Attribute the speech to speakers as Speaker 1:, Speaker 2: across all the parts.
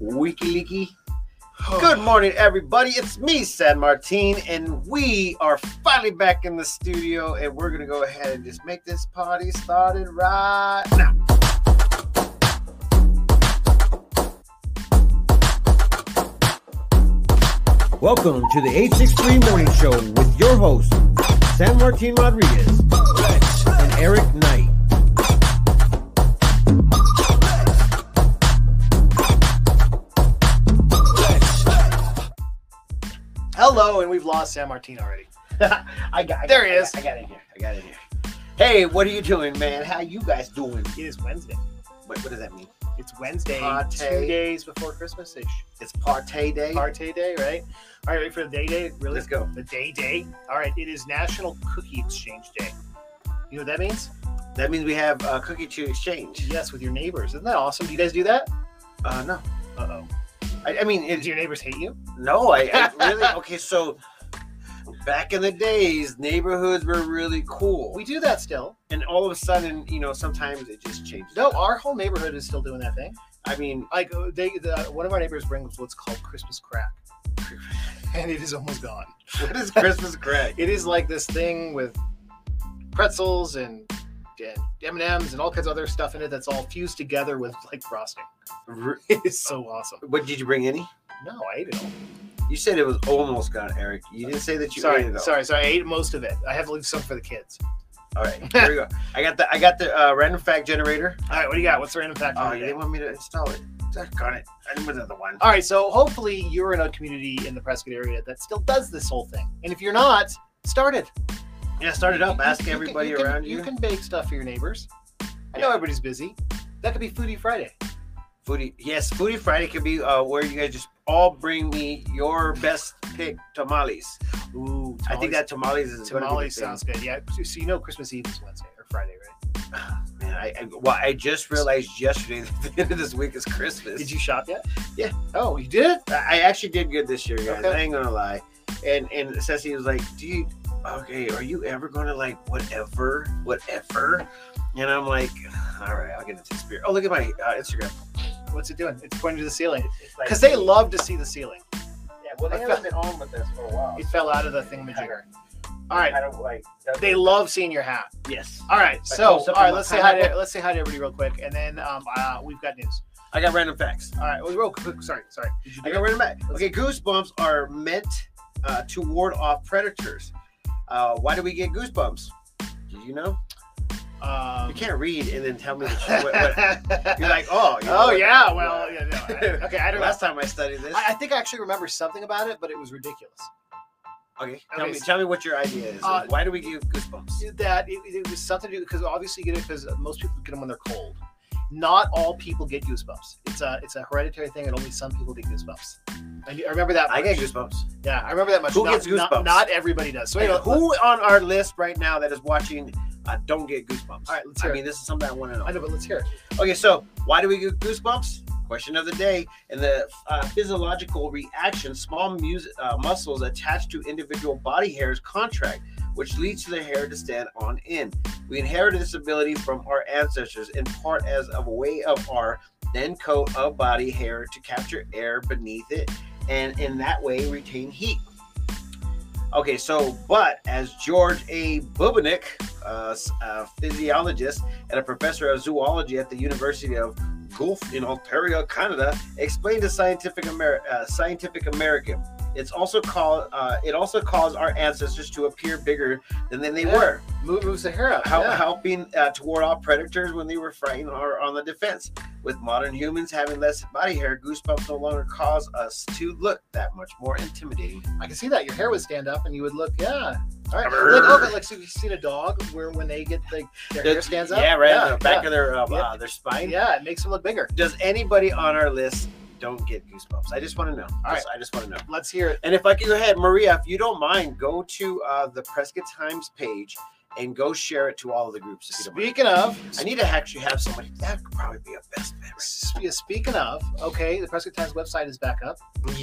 Speaker 1: Wiki Leaky. Good morning, everybody. It's me, San Martin, and we are finally back in the studio, and we're gonna go ahead and just make this party started right now.
Speaker 2: Welcome to the 863 Morning Show with your host, San Martin Rodriguez and Eric Knight.
Speaker 1: Hello, and we've lost San Martin already.
Speaker 3: I got
Speaker 1: There
Speaker 3: I
Speaker 1: he
Speaker 3: got-
Speaker 1: is.
Speaker 3: I got it here. I got it here.
Speaker 1: Hey, what are you doing, man? How you guys doing?
Speaker 3: It is Wednesday.
Speaker 1: What, what does that mean?
Speaker 3: It's Wednesday,
Speaker 1: Partay.
Speaker 3: two days before Christmas ish.
Speaker 1: It's Partay Day.
Speaker 3: Partay day, right? All right, ready for the day day? Really?
Speaker 1: Let's go.
Speaker 3: The day day. All right, it is National Cookie Exchange Day. You know what that means?
Speaker 1: That means we have uh, cookie to exchange.
Speaker 3: Yes, with your neighbors. Isn't that awesome? Do you guys do that?
Speaker 1: Uh, no,
Speaker 3: Uh oh.
Speaker 1: I, I mean,
Speaker 3: Do
Speaker 1: it,
Speaker 3: your neighbors hate you?
Speaker 1: no, I, I really okay. So back in the days, neighborhoods were really cool.
Speaker 3: We do that still.
Speaker 1: and all of a sudden, you know, sometimes it just changes.
Speaker 3: No, our whole neighborhood is still doing that thing.
Speaker 1: I mean,
Speaker 3: Like uh, they, the, one of our neighbors brings what's called Christmas crack, and it is almost gone.
Speaker 1: what is Christmas crack?
Speaker 3: It is like this thing with pretzels and and M and M's and all kinds of other stuff in it that's all fused together with like frosting.
Speaker 1: R-
Speaker 3: It is so awesome.
Speaker 1: What did you bring any?
Speaker 3: No, I ate it all.
Speaker 1: You said it was almost gone, Eric. You didn't say that you
Speaker 3: sorry,
Speaker 1: ate it. all.
Speaker 3: sorry, sorry. I ate most of it. I have to leave some for the kids.
Speaker 1: All right, here we go. I got the I got the uh, random fact generator.
Speaker 3: All right, what do you got? What's the random fact? for
Speaker 1: Oh, you
Speaker 3: today?
Speaker 1: didn't want me to install it. Got it. I didn't want another one.
Speaker 3: All right, so hopefully you're in a community in the Prescott area that still does this whole thing. And if you're not, start it.
Speaker 1: Yeah, start it up.
Speaker 3: You-
Speaker 1: Ask
Speaker 3: you can-
Speaker 1: everybody
Speaker 3: you can-
Speaker 1: around you.
Speaker 3: You can bake stuff for your neighbors. I
Speaker 1: Yeah.
Speaker 3: know everybody's busy. That could be Foodie Friday.
Speaker 1: Foodie, yes, Foodie Friday could be uh, where you guys just all bring me your best pick tamales.
Speaker 3: Ooh,
Speaker 1: I think that tamales is gonna be the
Speaker 3: tamale
Speaker 1: thing.
Speaker 3: sounds good. Yeah. So, so you know Christmas Eve is Wednesday or Friday, right?
Speaker 1: Man, I, I well, I just realized yesterday that the end of this week is Christmas.
Speaker 3: Did you shop yet?
Speaker 1: Yeah.
Speaker 3: Oh, you did?
Speaker 1: I I actually did good this year, guys.
Speaker 3: Okay.
Speaker 1: I ain't gonna lie. And and Ceci was like, "Dude, okay, are you ever gonna like whatever, whatever?" And I'm like, "All right, I'll get into the spirit." Oh, look at my uh, Instagram.
Speaker 3: What's it doing? It's pointing to the ceiling.
Speaker 1: It's like-
Speaker 3: Because they love to see the ceiling.
Speaker 1: yeah, well,
Speaker 3: I
Speaker 1: been on with us for a while.
Speaker 3: It fell out of the thingamajigger. All
Speaker 1: I
Speaker 3: right.
Speaker 1: don't like.
Speaker 3: They love seeing your hat.
Speaker 1: yes.
Speaker 3: All right.
Speaker 1: I
Speaker 3: So,
Speaker 1: told
Speaker 3: all
Speaker 1: something
Speaker 3: right.
Speaker 1: about
Speaker 3: Let's say hi to
Speaker 1: pineapple.
Speaker 3: let's say hi to everybody real quick, and then um, uh, we've got news.
Speaker 1: I got random facts.
Speaker 3: All right. Well, real quick. Sorry. Sorry. Did you
Speaker 1: I
Speaker 3: do
Speaker 1: got
Speaker 3: it?
Speaker 1: rid of that. Okay, goosebumps are meant uh, to ward off predators. Uh, why do we get goosebumps? Did you know?
Speaker 3: Um,
Speaker 1: You can't read and then tell me that you- what, what- You're like, oh, you know
Speaker 3: oh
Speaker 1: what-
Speaker 3: yeah. Well. Yeah, no, I- okay. I don't know.
Speaker 1: Last time I studied this.
Speaker 3: I, I think I actually remember something about it, but it was ridiculous.
Speaker 1: okay, tell
Speaker 3: okay,
Speaker 1: me,
Speaker 3: so-
Speaker 1: tell me what your idea is.
Speaker 3: Uh,
Speaker 1: why do we give goosebumps?
Speaker 3: That it, it was something to do because obviously you get it because most people get them when they're cold. Not all people get goosebumps. It's a it's a hereditary thing, and only some people get goosebumps. I, I remember that.
Speaker 1: I
Speaker 3: much.
Speaker 1: get goosebumps.
Speaker 3: Yeah, I remember that much.
Speaker 1: Who
Speaker 3: not,
Speaker 1: gets
Speaker 3: not-
Speaker 1: goosebumps?
Speaker 3: Not, everybody does. So uh,
Speaker 1: Wait,
Speaker 3: anyway,
Speaker 1: who on our list right now that is watching? Uh, don't get goosebumps.
Speaker 3: All right, let's
Speaker 1: I
Speaker 3: hear
Speaker 1: mean, this is something I want to know.
Speaker 3: I know, but let's hear it.
Speaker 1: Okay, so why do we get goosebumps? Question of the day. In the uh, physiological reaction, small mus- uh, muscles attached to individual body hairs contract, which leads to the hair to stand on end. We inherited this ability from our ancestors, in part as a way of our then coat of body hair to capture air beneath it and in that way retain heat. Okay, so, but as George A. Bubinick, uh, s- a physiologist, and a professor of zoology at the University of Guelph in Ontario, Canada, explained to Scientific, Amer- uh, Scientific American. It's also called. Uh, it also caused our ancestors to appear bigger than, than they
Speaker 3: Yeah.
Speaker 1: were,
Speaker 3: Move, move Sahara.
Speaker 1: how,
Speaker 3: yeah.
Speaker 1: helping uh, to ward off predators when they were frightened or on the defense. With modern humans having less body hair, goosebumps no longer cause us to look that much more intimidating.
Speaker 3: I can see that your hair would stand up, and you would look. Yeah. All right.
Speaker 1: Brrr.
Speaker 3: Like, oh, but like so you've seen a dog where when they get like their hair stands up.
Speaker 1: Yeah, right on the back
Speaker 3: yeah.
Speaker 1: of their uh,
Speaker 3: Yeah.
Speaker 1: uh, their spine.
Speaker 3: Yeah, it makes them look bigger.
Speaker 1: Does anybody on our list don't get goosebumps? I just want to know.
Speaker 3: All
Speaker 1: Just- I just want to know.
Speaker 3: Let's hear it.
Speaker 1: And if I could go ahead, Maria, if you don't mind, go to uh, the Prescott Times page and go share it to all of the groups. If you don't mind.
Speaker 3: Speaking of,
Speaker 1: I need to actually have somebody that could probably be a best bet.
Speaker 3: sp- speaking of, okay, the Prescott Times website is back up.
Speaker 1: Yes.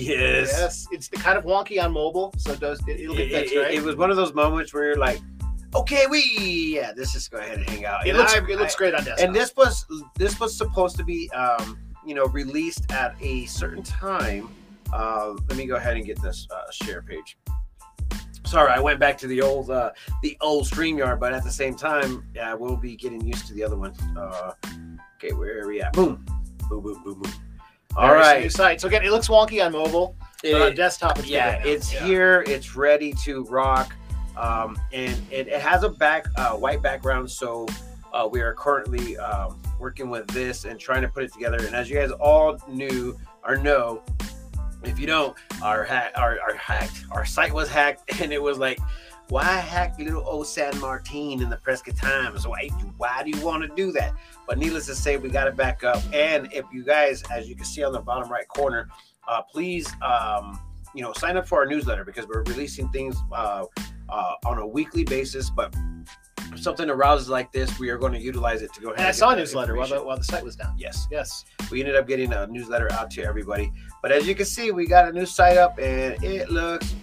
Speaker 3: Yes, it's the kind of wonky on mobile, so it does it,
Speaker 1: It,
Speaker 3: it'll get fixed,
Speaker 1: it-
Speaker 3: right?
Speaker 1: it was one of those moments where you're like, okay, we yeah, let's just go ahead and hang out.
Speaker 3: It
Speaker 1: And
Speaker 3: looks
Speaker 1: I-
Speaker 3: it looks
Speaker 1: I-
Speaker 3: great on desktop.
Speaker 1: and this was this was supposed to be um, you know, released at a certain time. Uh, let me go ahead and get this uh, share page. Sorry, I went back to the old uh, the old Streamyard, but at the same time, yeah, we'll be getting used to the other one. Uh, okay, where are we at? Boom, boom, boom, boom, boom. All
Speaker 3: There is a
Speaker 1: right,
Speaker 3: new site. So again, it looks wonky on mobile, but on
Speaker 1: It-
Speaker 3: desktop, it's good
Speaker 1: yeah,
Speaker 3: right now.
Speaker 1: it's
Speaker 3: Yeah.
Speaker 1: here. It's ready to rock, um, and and it has a back uh, white background. So uh, we are currently um, working with this and trying to put it together. And as you guys all knew or know, if you don't, our ha- our, our hacked our site was hacked, and it was like. Why hack little old San Martin in the Prescott Times? Why, why do you want to do that? But needless to say, we got it back up. And if you guys, as you can see on the bottom right corner, uh, please um, you know sign up for our newsletter because we're releasing things uh, uh, on a weekly basis but if something arouses like this we are going to utilize it to go ahead
Speaker 3: And I
Speaker 1: get
Speaker 3: saw a
Speaker 1: that
Speaker 3: newsletter while the,
Speaker 1: information.
Speaker 3: while the site was down.
Speaker 1: yes
Speaker 3: Yes.
Speaker 1: we ended up getting a newsletter out to everybody but as you can see we got a new site up and it looks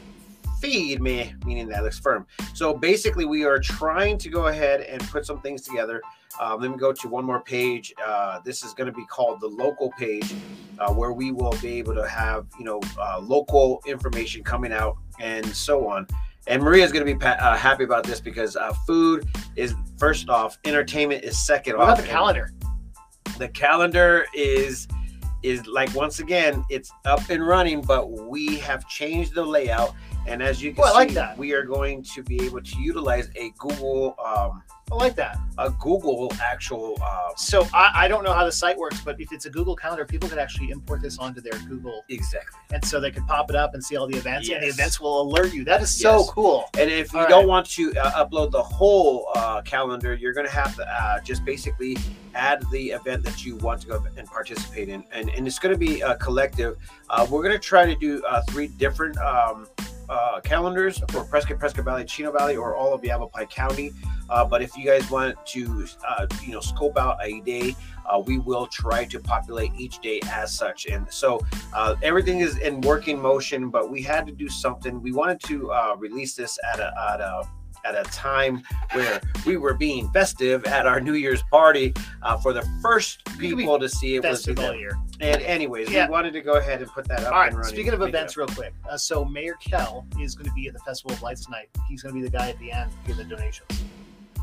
Speaker 1: feed me meaning that looks firm so basically we are trying to go ahead and put some things together um, let me go to one more page uh, this is going to be called the local page uh, where we will be able to have you know uh, local information coming out and so on. And Maria is going to be pa- uh, happy about this because uh, food is first off, entertainment is second off.
Speaker 3: What about the
Speaker 1: and
Speaker 3: calendar?
Speaker 1: The calendar is is like once again it's up and running, but we have changed the layout. And as you can
Speaker 3: Oh, I
Speaker 1: see,
Speaker 3: like that.
Speaker 1: we are going to be able to utilize a Google um,
Speaker 3: I like that.
Speaker 1: a Google actual uh,
Speaker 3: So I, I don't know how the site works, but if it's a Google calendar, people could actually import this onto their Google,
Speaker 1: exactly.
Speaker 3: and so they could pop it up and see all the events, and the
Speaker 1: Yes.
Speaker 3: events will alert you. That is so
Speaker 1: Yes.
Speaker 3: cool.
Speaker 1: And if you
Speaker 3: All
Speaker 1: don't
Speaker 3: right.
Speaker 1: want to uh, upload the whole uh, calendar, you're going to have to uh, just basically add the event that you want to go and participate in. And, and it's going to be a collective. Uh, we're going to try to do uh, three different um, uh, calendars for Prescott, Prescott Valley, Chino Valley, or all of Yavapai County. Uh, but if you guys want to, uh, you know, scope out a day, uh, we will try to populate each day as such. And so uh, everything is in working motion, but we had to do something. We wanted to uh, release this at a at a at a time where we were being festive at our New Year's party uh, for the first
Speaker 3: You can be
Speaker 1: people to see it was
Speaker 3: Festival
Speaker 1: them.
Speaker 3: year.
Speaker 1: And anyways,
Speaker 3: Yeah.
Speaker 1: we wanted to go ahead and put that up.
Speaker 3: All right.
Speaker 1: and running.
Speaker 3: Speaking of
Speaker 1: Make it
Speaker 3: events,
Speaker 1: up.
Speaker 3: real quick. Uh, so Mayor Kell is going to be at the Festival of Lights tonight. He's going to be the guy at the end giving the donations.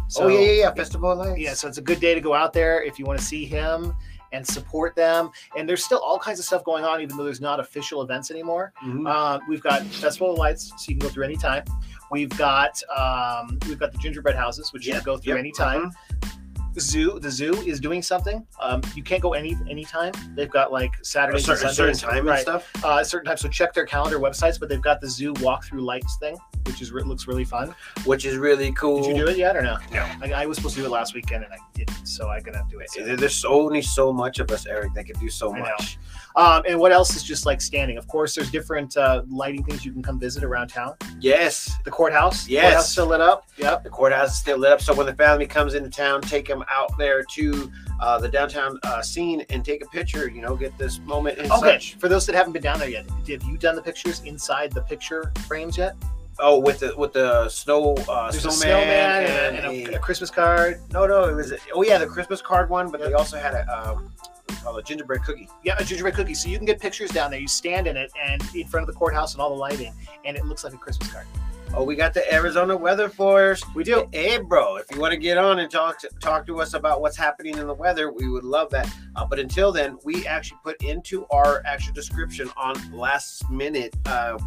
Speaker 3: So,
Speaker 1: oh yeah, yeah, yeah, Festival of Lights.
Speaker 3: Yeah, so it's a good day to go out there if you want to see him and support them. And there's still all kinds of stuff going on, even though there's not official events anymore.
Speaker 1: Mhm.
Speaker 3: Um, we've got Festival of Lights, so you can go through any time. We've got um, we've got the gingerbread houses, which you
Speaker 1: Yep,
Speaker 3: can go through
Speaker 1: yep,
Speaker 3: any time.
Speaker 1: mhm.
Speaker 3: Zoo, the zoo is doing something. Um, you can't go any anytime. They've got like
Speaker 1: At a
Speaker 3: Saturdays,
Speaker 1: certain,
Speaker 3: and
Speaker 1: certain
Speaker 3: Sundays,
Speaker 1: time and
Speaker 3: right?
Speaker 1: stuff.
Speaker 3: Uh, a certain time. So check their calendar websites, but they've got the zoo walkthrough lights thing, which is re- looks really fun.
Speaker 1: which is really cool.
Speaker 3: Did you do it yet or no?
Speaker 1: No.
Speaker 3: I, I was supposed to do it last weekend and I didn't, so I'm gonna do it. soon.
Speaker 1: There- There's only so much of us, Eric, that can do so
Speaker 3: I know.
Speaker 1: much.
Speaker 3: Um, and what else is just like standing? Of course, there's different uh, lighting things you can come visit around town.
Speaker 1: Yes,
Speaker 3: The courthouse,
Speaker 1: Yes.
Speaker 3: courthouse still lit up. Yep.
Speaker 1: The courthouse is still lit up, so when the family comes into town, take them out there to uh, the downtown uh, scene and take a picture. You know, get this moment and
Speaker 3: Okay.
Speaker 1: such.
Speaker 3: For those that haven't been down there yet, have you done the pictures inside the picture frames yet?
Speaker 1: Oh, with the with the snow uh,
Speaker 3: There's
Speaker 1: snowman,
Speaker 3: a snowman and,
Speaker 1: and,
Speaker 3: a, and a-
Speaker 1: a-
Speaker 3: a Christmas card.
Speaker 1: no, no, it was oh yeah, the Christmas card one, but
Speaker 3: Yeah.
Speaker 1: they also had a um, what do you call it, gingerbread cookie.
Speaker 3: Yeah, a gingerbread cookie. So you can get pictures down there. You stand in it and in front of the courthouse and all the lighting, and it looks like a Christmas card.
Speaker 1: Oh, we got the Arizona weather for us.
Speaker 3: We do.
Speaker 1: Hey, bro, if you want to get on and talk to, talk to us about what's happening in the weather, we would love that. Uh, but until then, we actually put into our actual description on last minute. Uh,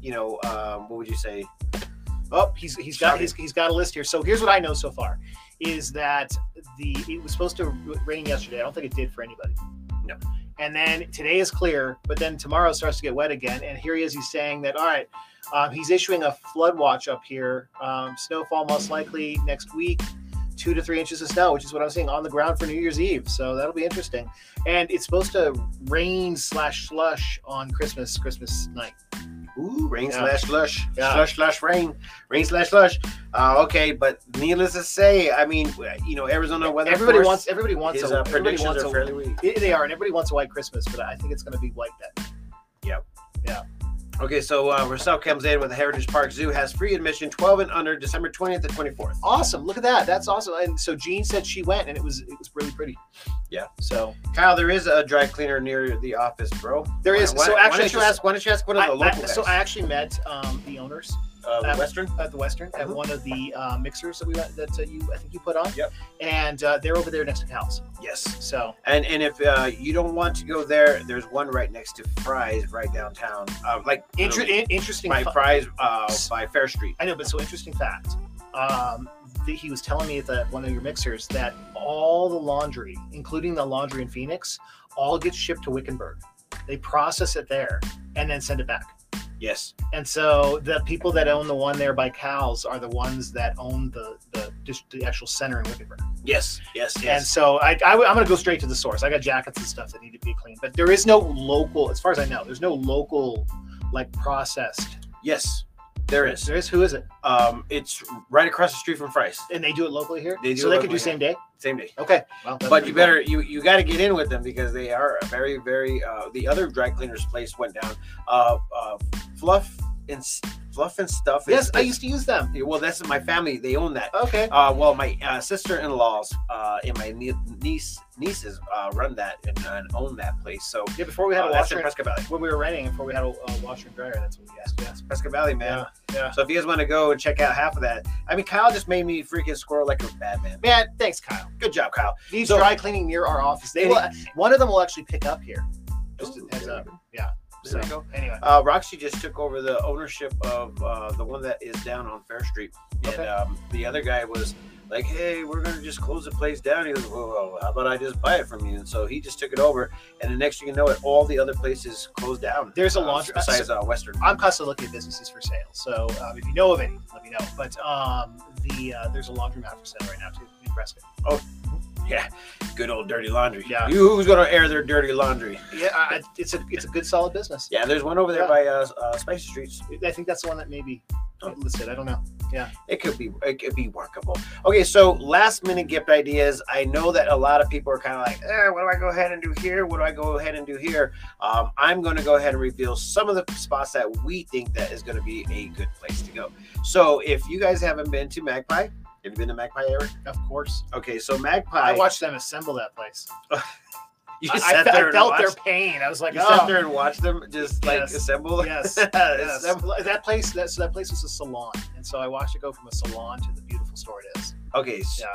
Speaker 1: you know, um, what would you say?
Speaker 3: Oh, he's he's got
Speaker 1: Shocking.
Speaker 3: he's, he's got a list here. So here's what I know so far is that the it was supposed to rain yesterday. I don't think it did for anybody.
Speaker 1: No.
Speaker 3: And then today is clear, but then tomorrow starts to get wet again. And here he is. He's saying that all right, um, he's issuing a flood watch up here. Um, snowfall most likely next week. Two to three inches of snow, which is what I'm seeing on the ground for New Year's Eve. So that'll be interesting. And it's supposed to rain slash slush on Christmas, Christmas night.
Speaker 1: Ooh, rain
Speaker 3: Yeah.
Speaker 1: slash slush,
Speaker 3: Yeah.
Speaker 1: slush slash rain, rain slash slush. Uh, okay, but needless to say, I mean, you know, Arizona weather.
Speaker 3: E-, everybody
Speaker 1: force
Speaker 3: wants. Everybody wants.
Speaker 1: His,
Speaker 3: a,
Speaker 1: uh,
Speaker 3: everybody
Speaker 1: predictions
Speaker 3: wants
Speaker 1: are
Speaker 3: a-
Speaker 1: fairly weak.
Speaker 3: It- they are, and everybody wants a white Christmas, but I think it's going to be white that.
Speaker 1: Yep.
Speaker 3: Yeah.
Speaker 1: Okay, so uh, we're South Camden with the Heritage Park Zoo has free admission 12 and under December 20th to 24th.
Speaker 3: Awesome. Look at that. That's awesome. And so Jean said she went and it was it was really pretty.
Speaker 1: Yeah.
Speaker 3: So
Speaker 1: Kyle, there is a dry cleaner near the office, bro.
Speaker 3: there is.
Speaker 1: Why,
Speaker 3: so
Speaker 1: why
Speaker 3: actually,
Speaker 1: don't you ask? Why don't you ask one of
Speaker 3: I,
Speaker 1: the
Speaker 3: I-
Speaker 1: local guys?
Speaker 3: so I actually met um, the owners
Speaker 1: uh,
Speaker 3: I-
Speaker 1: Western.
Speaker 3: at the Western at
Speaker 1: Mhm.
Speaker 3: one of the uh, mixers that we went, that uh, you I think you put on.
Speaker 1: Yep.
Speaker 3: And uh, they're over there next to Cal's.
Speaker 1: Yes.
Speaker 3: So
Speaker 1: And and if uh, you don't want to go there, there's one right next to Fry's, right downtown. Uh, like
Speaker 3: inter-
Speaker 1: uh,
Speaker 3: in- interesting.
Speaker 1: by
Speaker 3: fu-
Speaker 1: Fry's uh, by Fair Street.
Speaker 3: I know, but so interesting fact. Um, that he was telling me at the, one of your mixers that all the laundry, including the laundry in Phoenix, all gets shipped to Wickenburg. They process it there and then send it back.
Speaker 1: Yes.
Speaker 3: And so the people that own the one there by cows are the ones that own the the, just the actual center in Wickenburg.
Speaker 1: Yes. Yes.
Speaker 3: And
Speaker 1: Yes.
Speaker 3: so I, I am gonna go straight to the source. I got jackets and stuff that need to be cleaned, but there is no local, as far as I know, there's no local like processed.
Speaker 1: yes. There is.
Speaker 3: There is. Who is it?
Speaker 1: Um, it's right across the street from Fry's.
Speaker 3: And they do it locally here.
Speaker 1: They do
Speaker 3: so
Speaker 1: it
Speaker 3: they could do
Speaker 1: locally,
Speaker 3: same day.
Speaker 1: Same day.
Speaker 3: Okay. Well, that's
Speaker 1: But you
Speaker 3: pretty
Speaker 1: better you you got to get in with them because they are a very very uh, the other dry cleaners place went down. Uh, uh, fluff and S- fluff and stuff.
Speaker 3: cool.
Speaker 1: Is,
Speaker 3: Yes, I used to use them.
Speaker 1: well, that's my family. They own that.
Speaker 3: Okay.
Speaker 1: Uh, well, my uh, sister-in-laws uh, and my nie- niece nieces uh, run that and, and own that place. So
Speaker 3: Yeah. Before we had
Speaker 1: uh,
Speaker 3: a
Speaker 1: that's in
Speaker 3: washer,
Speaker 1: Prescott Valley.
Speaker 3: when we were renting, before we had a, a washer and dryer, that's what we asked. Yes.
Speaker 1: Prescott Valley, man.
Speaker 3: Yeah. Yeah.
Speaker 1: So if you guys want to go and check out half of that, I mean, Kyle just made me freaking squirrel like a madman.
Speaker 3: Man, thanks, Kyle.
Speaker 1: Good job, Kyle.
Speaker 3: These
Speaker 1: So-
Speaker 3: dry cleaning near our office. They will, one of them will actually pick up here. Just
Speaker 1: Ooh,
Speaker 3: heads
Speaker 1: there
Speaker 3: up.
Speaker 1: you go.
Speaker 3: So
Speaker 1: There you go.
Speaker 3: anyway,
Speaker 1: Uh, Roxy just took over the ownership of uh, the one that is down on Fair Street, and
Speaker 3: Okay.
Speaker 1: um, the other guy was like, "Hey, we're gonna just close the place down." He goes, well, well, how about I just buy it from you?" And so he just took it over, and the next thing you know, it all the other places closed down.
Speaker 3: There's a
Speaker 1: uh,
Speaker 3: laundry-
Speaker 1: besides uh, Western.
Speaker 3: I'm constantly looking at businesses for sale. So um, if you know of any, let me know. But um, the uh, there's a laundromat for sale right now too in Prescott.
Speaker 1: Yeah, good old dirty laundry.
Speaker 3: Yeah.
Speaker 1: you who's gonna air their dirty laundry?
Speaker 3: Yeah, I, I- it's a it's a good solid business.
Speaker 1: Yeah, there's one over there
Speaker 3: Yeah.
Speaker 1: by uh, uh, Spicy Streets.
Speaker 3: I think that's the one that maybe listed. I don't know.
Speaker 1: it could be it could be workable. Okay, so last minute gift ideas. I know that a lot of people are kind of like, eh, what do I go ahead and do here? What do I go ahead and do here? Um, I'm going to go ahead and reveal some of the spots that we think that is going to be a good place to go. So if you guys haven't been to Magpie, have you been to Magpie, Eric?
Speaker 3: Of course,
Speaker 1: Okay, so Magpie.
Speaker 3: I, watched them assemble that place.
Speaker 1: You
Speaker 3: I, I
Speaker 1: sat
Speaker 3: fe- I
Speaker 1: there and
Speaker 3: felt
Speaker 1: watched.
Speaker 3: their pain. I was like,
Speaker 1: you sat
Speaker 3: oh.
Speaker 1: there and watched them just like
Speaker 3: Yes.
Speaker 1: assemble.
Speaker 3: Yes, yes.
Speaker 1: Assemble.
Speaker 3: that place. That, so that place was a salon, and so I watched it go from a salon to the beautiful store it is.
Speaker 1: Okay, so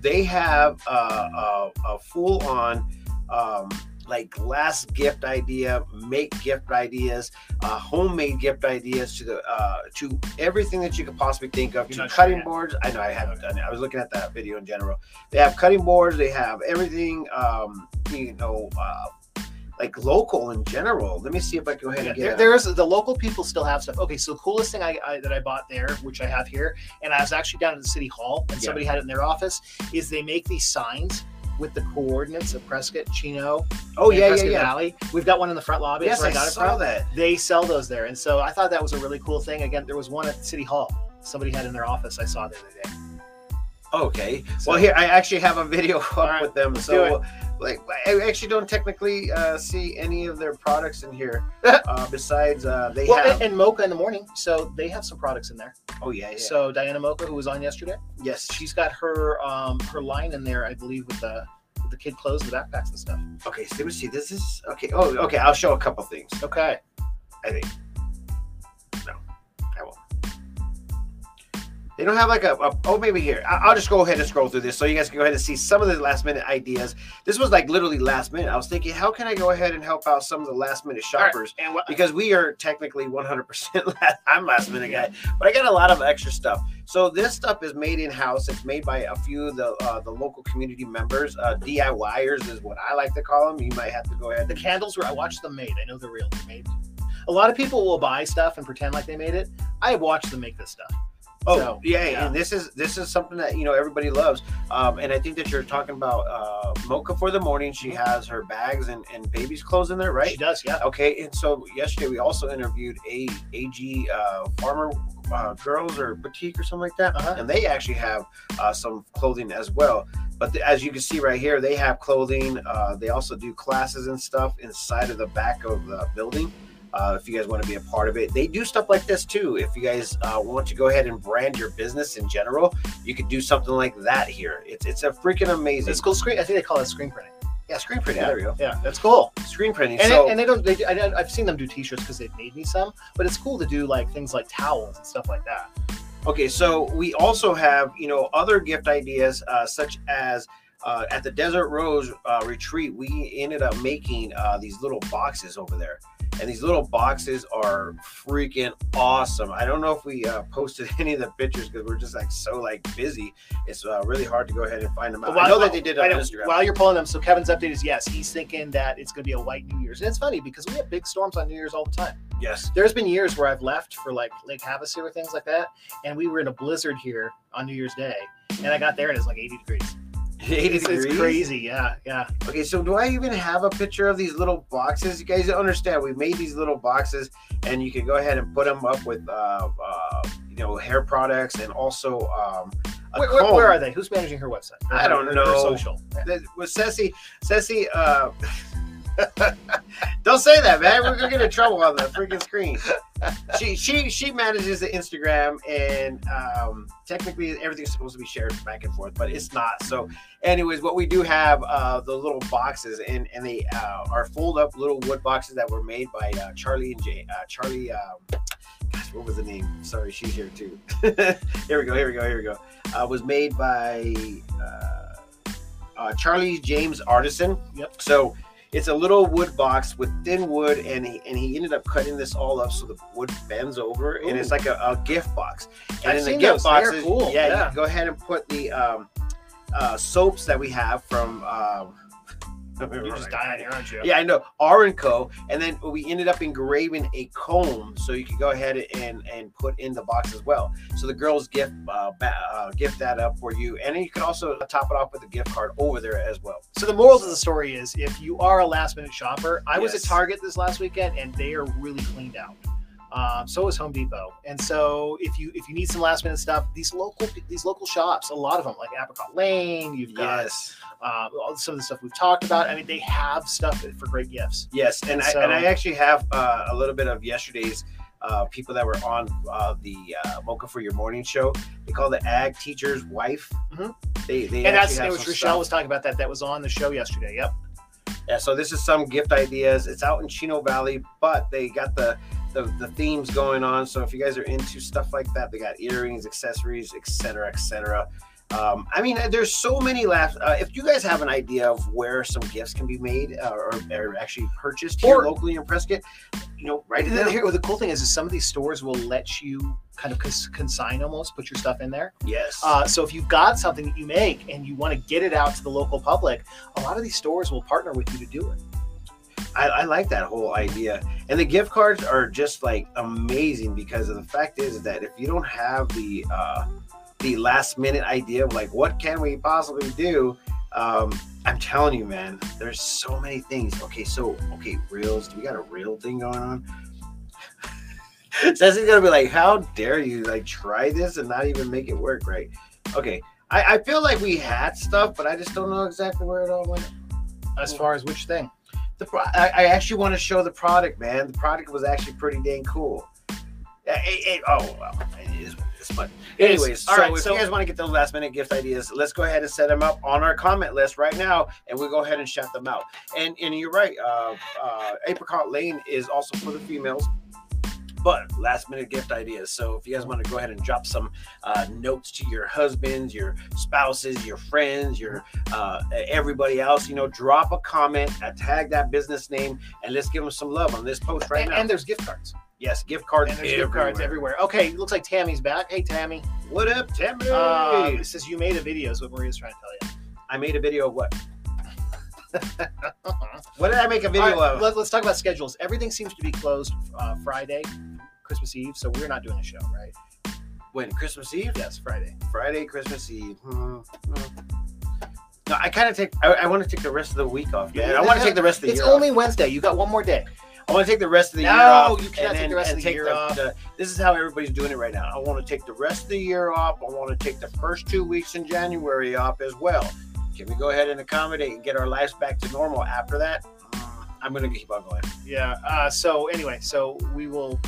Speaker 1: they have a, a, a full on um, like glass gift idea, make gift ideas, uh, homemade gift ideas to the uh, to everything that you could possibly think of.
Speaker 3: You're
Speaker 1: To
Speaker 3: not sure
Speaker 1: cutting
Speaker 3: yet.
Speaker 1: boards, I know I haven't done it. I was looking at that video in general. They have cutting boards. They have everything. Um, you know. Uh, like local in general. Let me see if I can go ahead
Speaker 3: Yeah,
Speaker 1: and
Speaker 3: there,
Speaker 1: get
Speaker 3: there is the local people still have stuff. Okay, so the coolest thing I, I that I bought there, which I have here, and I was actually down at the city hall, and
Speaker 1: Yeah.
Speaker 3: somebody had it in their office, is they make these signs with the coordinates of Prescott, Chino,
Speaker 1: Oh
Speaker 3: and
Speaker 1: yeah, yeah,
Speaker 3: Prescott
Speaker 1: yeah.
Speaker 3: Valley. We've got one in the front lobby.
Speaker 1: Yes,
Speaker 3: that's
Speaker 1: I
Speaker 3: where I got it
Speaker 1: saw
Speaker 3: from.
Speaker 1: that.
Speaker 3: They sell those there, and so I thought that was a really cool thing. Again, there was one at city hall. Somebody had in their office. I saw the other day.
Speaker 1: Okay.
Speaker 3: So-
Speaker 1: Well, here I actually have a video up
Speaker 3: All right,
Speaker 1: with them,
Speaker 3: do
Speaker 1: so like I actually don't technically uh, see any of their products in here. uh, besides, uh, they
Speaker 3: Well,
Speaker 1: have.
Speaker 3: and, and Mocha in the morning, so they have some products in there.
Speaker 1: oh yeah, yeah.
Speaker 3: So Diana Mocha, who was on yesterday,
Speaker 1: yes.
Speaker 3: she's got her um her line in there, I believe, with the with the kid clothes and the backpacks and stuff.
Speaker 1: Okay. So let me see. This is okay. Oh, okay. I'll show a couple things.
Speaker 3: Okay.
Speaker 1: I think. No, I won't. They don't have like a, a- oh maybe here. I, I'll just go ahead and scroll through this so you guys can go ahead and see some of the last minute ideas. This was like literally last minute. I was thinking, how can I go ahead and help out some of the last minute shoppers?
Speaker 3: And what
Speaker 1: because we are technically 100% last, I'm last minute guy, but I got a lot of extra stuff. So this stuff is made in house. It's made by a few of the uh, the local community members. Uh, DIYers is what I like to call them. You might have to go ahead.
Speaker 3: the
Speaker 1: And,
Speaker 3: candles were I watched them made. I know they're real. They're made. A lot of people will buy stuff and pretend like they made it. I have watched them make this stuff.
Speaker 1: oh
Speaker 3: So,
Speaker 1: yeah,
Speaker 3: yeah.
Speaker 1: and this is this is something that you know everybody loves. Um, and I think that you're talking about uh, Mocha for the morning. She
Speaker 3: Mm-hmm.
Speaker 1: has her bags and and baby's clothes in there, right?
Speaker 3: She does, yeah.
Speaker 1: Okay, and so yesterday we also interviewed a AG uh, farmer uh, girls or boutique or something like that,
Speaker 3: Uh-huh.
Speaker 1: and they actually have uh, some clothing as well. But the, as you can see right here, they have clothing. Uh, they also do classes and stuff inside of the back of the building. uh, if you guys want to be a part of it. They do stuff like this too. If you guys uh, want to go ahead and brand your business in general, you could do something like that here. It's it's a freaking amazing.
Speaker 3: It's cool screen. I think they call it screen printing.
Speaker 1: Yeah, screen printing. There we go.
Speaker 3: Yeah, that's cool.
Speaker 1: Screen printing.
Speaker 3: And,
Speaker 1: so
Speaker 3: they, and they don't. They, I, know- I've seen them do T-shirts because they've made me some, but it's cool to do like things like towels and stuff like that.
Speaker 1: Okay, so we also have you know other gift ideas uh, such as uh, at the Desert Rose uh, retreat, we ended up making uh, these little boxes over there, and these little boxes are freaking awesome. I don't know if we uh, posted any of the pictures because we're just like so like busy. It's uh, really hard to go ahead and find them out. I know that they did it
Speaker 3: I
Speaker 1: on
Speaker 3: know.
Speaker 1: Instagram.
Speaker 3: While you're pulling them, so Kevin's update is yes, he's thinking that it's going to be a white New Year's, and it's funny because we have big storms on New Year's all the time.
Speaker 1: yes,
Speaker 3: There's been years where I've left for like Lake Havasu or things like that, and we were in a blizzard here on New Year's Day, and I got there and it's like 80 degrees.
Speaker 1: eighty
Speaker 3: It's, it's
Speaker 1: degrees.
Speaker 3: crazy. Yeah, yeah.
Speaker 1: Okay, so do I even have a picture of these little boxes? You guys understand we made these little boxes, and you can go ahead and put them up with, uh, uh, you know, hair products and also um, a
Speaker 3: Where, where,
Speaker 1: comb.
Speaker 3: where are they? Who's managing her website? Or
Speaker 1: I
Speaker 3: her-
Speaker 1: don't
Speaker 3: her- her
Speaker 1: know.
Speaker 3: Social.
Speaker 1: That- With Ceci, Ceci, uh, don't say that, man. We're gonna get in trouble on the freaking screen. She she she manages the Instagram, and um, technically everything's supposed to be shared back and forth, but it's not. So, anyways, what we do have uh, the little boxes, and and they uh, are fold up little wood boxes that were made by uh, Charlie and Jay. Uh, Charlie, um, gosh, what was the name? Sorry, she's here too. here we go. Here we go. Here we go. Uh, was made by. Uh, uh, Charlie James Artisan.
Speaker 3: Yep.
Speaker 1: So it's a little wood box with thin wood, and he, and he ended up cutting this all up so the wood bends over, and it's
Speaker 3: Ooh.
Speaker 1: like a, a gift box. And in
Speaker 3: I've
Speaker 1: the
Speaker 3: seen
Speaker 1: gift
Speaker 3: those. They are
Speaker 1: boxes,
Speaker 3: cool.
Speaker 1: yeah,
Speaker 3: Yeah.
Speaker 1: you go ahead and put the um, uh, soaps that we have from. Um,
Speaker 3: You're just dying here, aren't you?
Speaker 1: yeah, I know. R and Co. And then we ended up engraving a comb, so you could go ahead and and put in the box as well. So the girls gift uh, ba- uh, gift that up for you, and then you can also top it off with a gift card over there as well.
Speaker 3: So the morals of the story is, if you are a last minute shopper, I was
Speaker 1: Yes.
Speaker 3: at Target this last weekend, and they are really cleaned out. Um, so is Home Depot, and so if you if you need some last minute stuff, these local these local shops, a lot of them like Apricot Lane, you've got uh, all, some of the stuff we've talked about. I mean, they have stuff for great gifts.
Speaker 1: Yes, and
Speaker 3: So-
Speaker 1: I and I actually have uh, a little bit of yesterday's uh, people that were on uh, the uh, Mocha for Your Morning show. They call the ag teacher's wife.
Speaker 3: Mhm.
Speaker 1: They they
Speaker 3: and that's
Speaker 1: actually
Speaker 3: it
Speaker 1: have
Speaker 3: was
Speaker 1: some
Speaker 3: Rochelle
Speaker 1: stuff.
Speaker 3: was talking about that. That was on the show yesterday. Yep.
Speaker 1: Yeah, so this is some gift ideas. It's out in Chino Valley, but they got the the, the themes going on. So if you guys are into stuff like that, they got earrings, accessories, etc., etc. Um, I mean, there's so many laughs. Uh, if you guys have an idea of where some gifts can be made uh, or, or actually purchased here
Speaker 3: Or-
Speaker 1: locally in Prescott, you know, write it
Speaker 3: And then
Speaker 1: down.
Speaker 3: here, well, the cool thing is, is some of these stores will let you kind of cons- consign almost put your stuff in there.
Speaker 1: Yes.
Speaker 3: Uh, so if you've got something that you make and you want to get it out to the local public, a lot of these stores will partner with you to do it.
Speaker 1: I, I like that whole idea. And the gift cards are just like amazing because of the fact is that if you don't have the uh, the last minute idea of like what can we possibly do, um, I'm telling you, man, there's so many things. Okay, so okay, reels. Do we got a reel thing going on? Ceci's gonna be like, how dare you like try this and not even make it work right? Okay. I, I feel like we had stuff, but I just don't know exactly where it all went.
Speaker 3: As far as which thing?
Speaker 1: The pro- I, I actually want to show the product, man. The product was actually pretty dang cool. Uh, it- it- oh, well, it is what it is, but
Speaker 3: It is.
Speaker 1: anyways,
Speaker 3: All
Speaker 1: so
Speaker 3: right,
Speaker 1: if
Speaker 3: so-
Speaker 1: you guys want to get those last minute gift ideas, let's go ahead and set them up on our comment list right now, and we'll go ahead and shout them out. And and you're right, uh, uh, Apricot Lane is also for the females, but last minute gift ideas. So if you guys want to go ahead and drop some uh, notes to your husbands, your spouses, your friends, your uh, everybody else, you know, drop a comment, uh, tag that business name, and let's give them some love on this post right
Speaker 3: and,
Speaker 1: now.
Speaker 3: and there's gift cards.
Speaker 1: yes, gift cards.
Speaker 3: And there's gift cards
Speaker 1: everywhere.
Speaker 3: everywhere. Okay, it looks like Tammy's back. Hey, Tammy.
Speaker 1: What up, Tammy?
Speaker 3: Uh, it says you made a video, is what Maria's trying to tell you.
Speaker 1: I made a video of what?
Speaker 3: Uh-huh.
Speaker 1: What did I make a
Speaker 3: All
Speaker 1: video
Speaker 3: right,
Speaker 1: of?
Speaker 3: Let, us talk about schedules. Everything seems to be closed uh, Friday, Christmas Eve, so we're not doing a show, right?
Speaker 1: when Christmas Eve,
Speaker 3: Yes, Friday.
Speaker 1: Friday, Christmas Eve. Hmm, hmm. No, I kind of take. I, I want to take the rest of the week off, man.
Speaker 3: Yeah,
Speaker 1: I want to take the rest of the
Speaker 3: it's
Speaker 1: year.
Speaker 3: only Wednday. You got one more day.
Speaker 1: off. I want to take the rest of the
Speaker 3: No,
Speaker 1: year off.
Speaker 3: you cannot
Speaker 1: and
Speaker 3: take
Speaker 1: then-
Speaker 3: the rest of
Speaker 1: and
Speaker 3: the
Speaker 1: take
Speaker 3: year off.
Speaker 1: the- this is how everybody's doing it right now. I want to take the rest of the year off. I want to take the first two weeks in January off as well. Can we go ahead and accommodate and get our lives back to normal after that? Mm, I'm going to keep on going.
Speaker 3: Yeah. Uh, so anyway, so we will.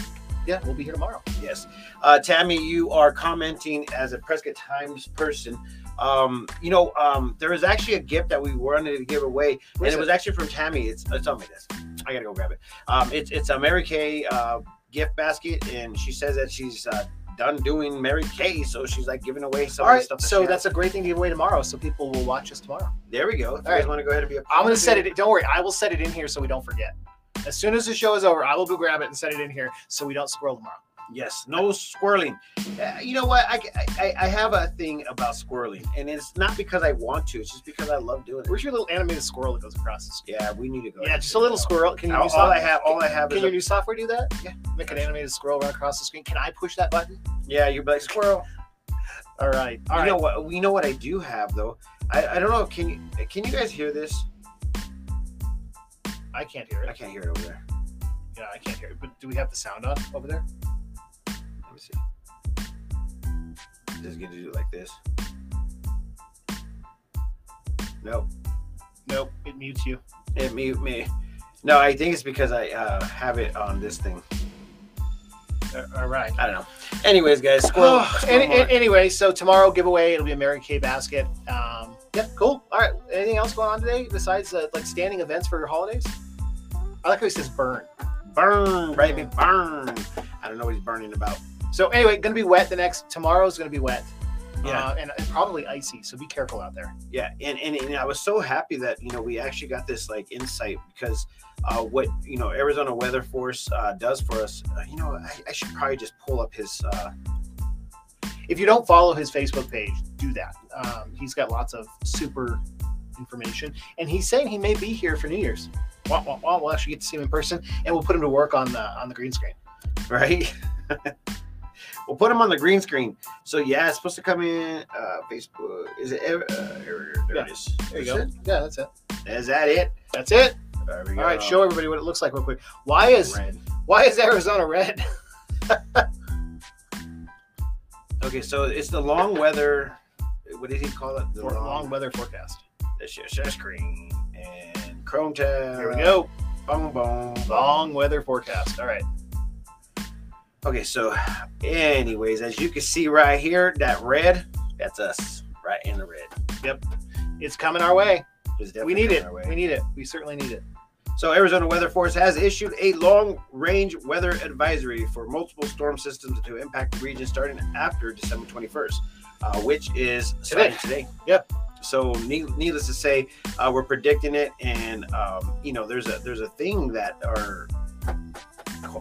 Speaker 3: Yeah, we'll be here tomorrow.
Speaker 1: Yes. Uh, Tammy, you are commenting as a Prescott Times person. Um, you know, um, there is actually a gift that we wanted to give away,
Speaker 3: Where's
Speaker 1: and it was actually from Tammy. It's, it's on my desk. I gotta go grab it. Um, it's it's a Mary Kay uh, gift basket, and she says that she's uh, done doing Mary Kay, so she's like giving away some
Speaker 3: All
Speaker 1: of the
Speaker 3: right.
Speaker 1: stuff. that she
Speaker 3: So
Speaker 1: has.
Speaker 3: that's a great thing to give away tomorrow. So people will watch us tomorrow.
Speaker 1: there we go. If you
Speaker 3: All
Speaker 1: guys
Speaker 3: right.
Speaker 1: want to go ahead and be a
Speaker 3: I'm gonna
Speaker 1: part of
Speaker 3: set it. Don't worry, I will set it in here so we don't forget. As soon as the show is over, I will go grab it and set it in here so we don't squirrel tomorrow.
Speaker 1: Yes, no squirreling. Uh, you know what? I, I I have a thing about squirreling, and it's not because I want to. It's just because I love doing it.
Speaker 3: Where's your little animated squirrel that goes across the screen?
Speaker 1: Yeah, we need to go.
Speaker 3: Yeah, just a little squirrel. Can you
Speaker 1: All,
Speaker 3: do
Speaker 1: all I
Speaker 3: software?
Speaker 1: have, all I have
Speaker 3: Can
Speaker 1: is
Speaker 3: your
Speaker 1: a,
Speaker 3: new software do that?
Speaker 1: Yeah.
Speaker 3: Make an animated squirrel run across the screen. Can I push that button?
Speaker 1: yeah. You're like squirrel.
Speaker 3: All right. All
Speaker 1: you
Speaker 3: right.
Speaker 1: know what? We know what I do have though. I, I don't know. Can you can you guys hear this?
Speaker 3: I can't hear
Speaker 1: I
Speaker 3: it.
Speaker 1: can't hear it over there.
Speaker 3: Yeah, I can't hear it. But do we have the sound on over there?
Speaker 1: Let me see. Just gonna do it like this. Nope.
Speaker 3: Nope. It mutes you.
Speaker 1: It mute me. No, I think it's because I uh, have it on this thing.
Speaker 3: Uh, All right.
Speaker 1: I don't know. Anyways, guys, squirrel. squirrel
Speaker 3: Oh, Any,
Speaker 1: mark.
Speaker 3: anyway, so tomorrow giveaway it'll be a Mary Kay basket. Um, yeah, cool. All right. Anything else going on today besides uh, like standing events for your holidays? I like how he says burn.
Speaker 1: burn, baby, burn. I don't know what he's burning about.
Speaker 3: So anyway, gonna be wet the next tomorrow's gonna be wet.
Speaker 1: Yeah.
Speaker 3: Uh, and, and probably icy. So be careful out there.
Speaker 1: yeah and, and and i was so happy that you know we actually got this like insight because uh what you know arizona weather force uh does for us uh, you know I, I should probably just pull up his uh
Speaker 3: If you don't follow his Facebook page, do that. Um, he's got lots of super information, and he's saying he may be here for New Year's. Wah, wah, wah. We'll actually get to see him in person, and we'll put him to work on the on the green screen.
Speaker 1: right we'll put him on the green screen so yeah it's supposed to come in uh facebook is it uh, there, there it
Speaker 3: Yeah.
Speaker 1: is
Speaker 3: There you
Speaker 1: Is
Speaker 3: go. Yeah, that's it.
Speaker 1: it? is that it
Speaker 3: That's it.
Speaker 1: there we
Speaker 3: All right, show everybody what it looks like real quick. Why is
Speaker 1: Red.
Speaker 3: why is Arizona red?
Speaker 1: okay so it's the long weather what did he call it the
Speaker 3: For long weather forecast.
Speaker 1: the sh- sh- screen and chrome tab
Speaker 3: Here we go.
Speaker 1: boom boom boom.
Speaker 3: Long weather forecast. All right.
Speaker 1: Okay, so, anyways, as you can see right here, that red, that's us right in the red.
Speaker 3: It's coming our way.
Speaker 1: It's definitely
Speaker 3: We need
Speaker 1: coming
Speaker 3: it.
Speaker 1: our way.
Speaker 3: We need it. We certainly need it.
Speaker 1: So, Arizona Weather Force has issued a long range weather advisory for multiple storm systems to impact the region starting after December 21st, uh, which is starting today.
Speaker 3: Yep.
Speaker 1: So, need, needless to say, uh, we're predicting it, and um, you know, there's a there's a thing that are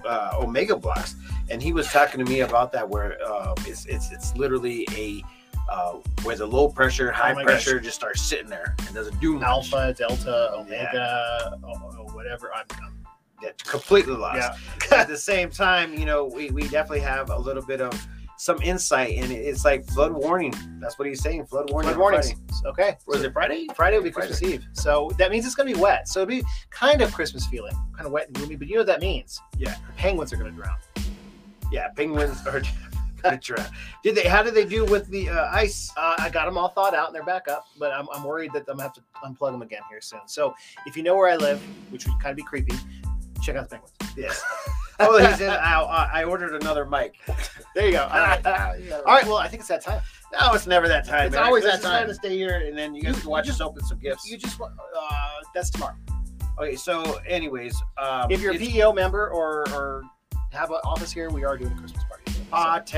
Speaker 1: uh, omega blocks, and he was talking to me about that where um, it's it's it's literally a uh, where the low pressure, high
Speaker 3: my
Speaker 1: pressure just starts sitting there and doesn't do much.
Speaker 3: Alpha, Delta, Omega, oh, oh, whatever. I'm, I'm
Speaker 1: That's completely lost.
Speaker 3: yeah.
Speaker 1: at the same time, you know, we, we definitely have a little bit of some insight, and it- it's like flood warning. That's what he's saying. Flood warning.
Speaker 3: Good
Speaker 1: on
Speaker 3: warnings.
Speaker 1: Friday.
Speaker 3: Okay.
Speaker 1: Was it Friday?
Speaker 3: Friday will be Christmas Eve. So that means it's going to be wet. So it'll be kind of Christmas feeling, kind of wet and gloomy. But you know what that means?
Speaker 1: Yeah.
Speaker 3: Penguins are going to drown.
Speaker 1: Yeah, penguins are. gonna drown. did they? How did they do with the uh, ice?
Speaker 3: Uh, I got them all thawed out and they're back up, but I'm, I'm worried that I'm going to have to unplug them again here soon. So if you know where I live, which would kind of be creepy, check out the penguins.
Speaker 1: Yes. oh, he said I, I I ordered another mic.
Speaker 3: There you go. All right. All right. Well, I think it's that time.
Speaker 1: No, it's never that time.
Speaker 3: It's
Speaker 1: man.
Speaker 3: always
Speaker 1: This
Speaker 3: that
Speaker 1: is
Speaker 3: time.
Speaker 1: to stay here, and then you guys
Speaker 3: You-
Speaker 1: can watch
Speaker 3: you
Speaker 1: us open some gifts.
Speaker 3: You just want, uh, that's tomorrow.
Speaker 1: okay, so anyways, um,
Speaker 3: If you're a
Speaker 1: it's
Speaker 3: PEO member or, or have an office here, we are doing a Christmas party. So,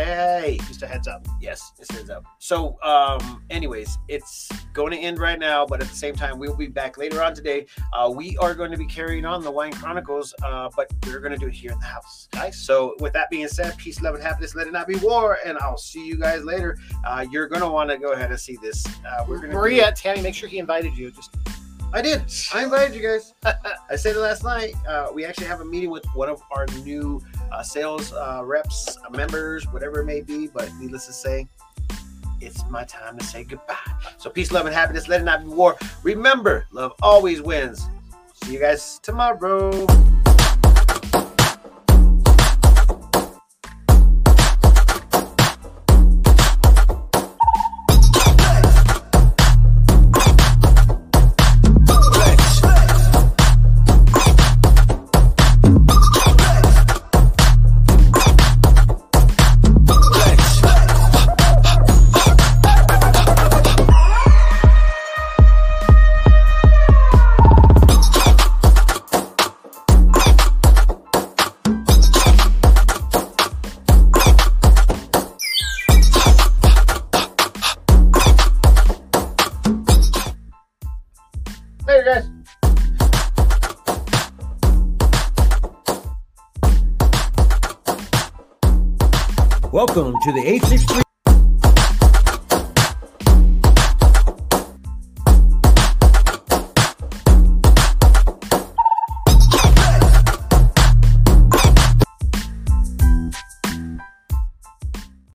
Speaker 1: party.
Speaker 3: just a heads up.
Speaker 1: Yes, it says up. So, um, anyways, it's going to end right now, but at the same time, we'll be back later on today. Uh, we are going to be carrying on the Wine Chronicles, uh, but we're going to do it here in the house.
Speaker 3: Nice.
Speaker 1: So, with that being said, peace, love, and happiness. Let it not be war, and I'll see you guys later. Uh, you're going to want to go ahead and see this. Uh, we're going to
Speaker 3: Maria, Tammy, make sure he invited you. Just
Speaker 1: I did. I invited you guys. I said it last night. Uh, we actually have a meeting with one of our new uh, sales uh, reps, uh, members, whatever it may be. But needless to say, it's my time to say goodbye. So peace, love, and happiness. Let it not be war. Remember, love always wins. See you guys tomorrow. Welcome to the 863.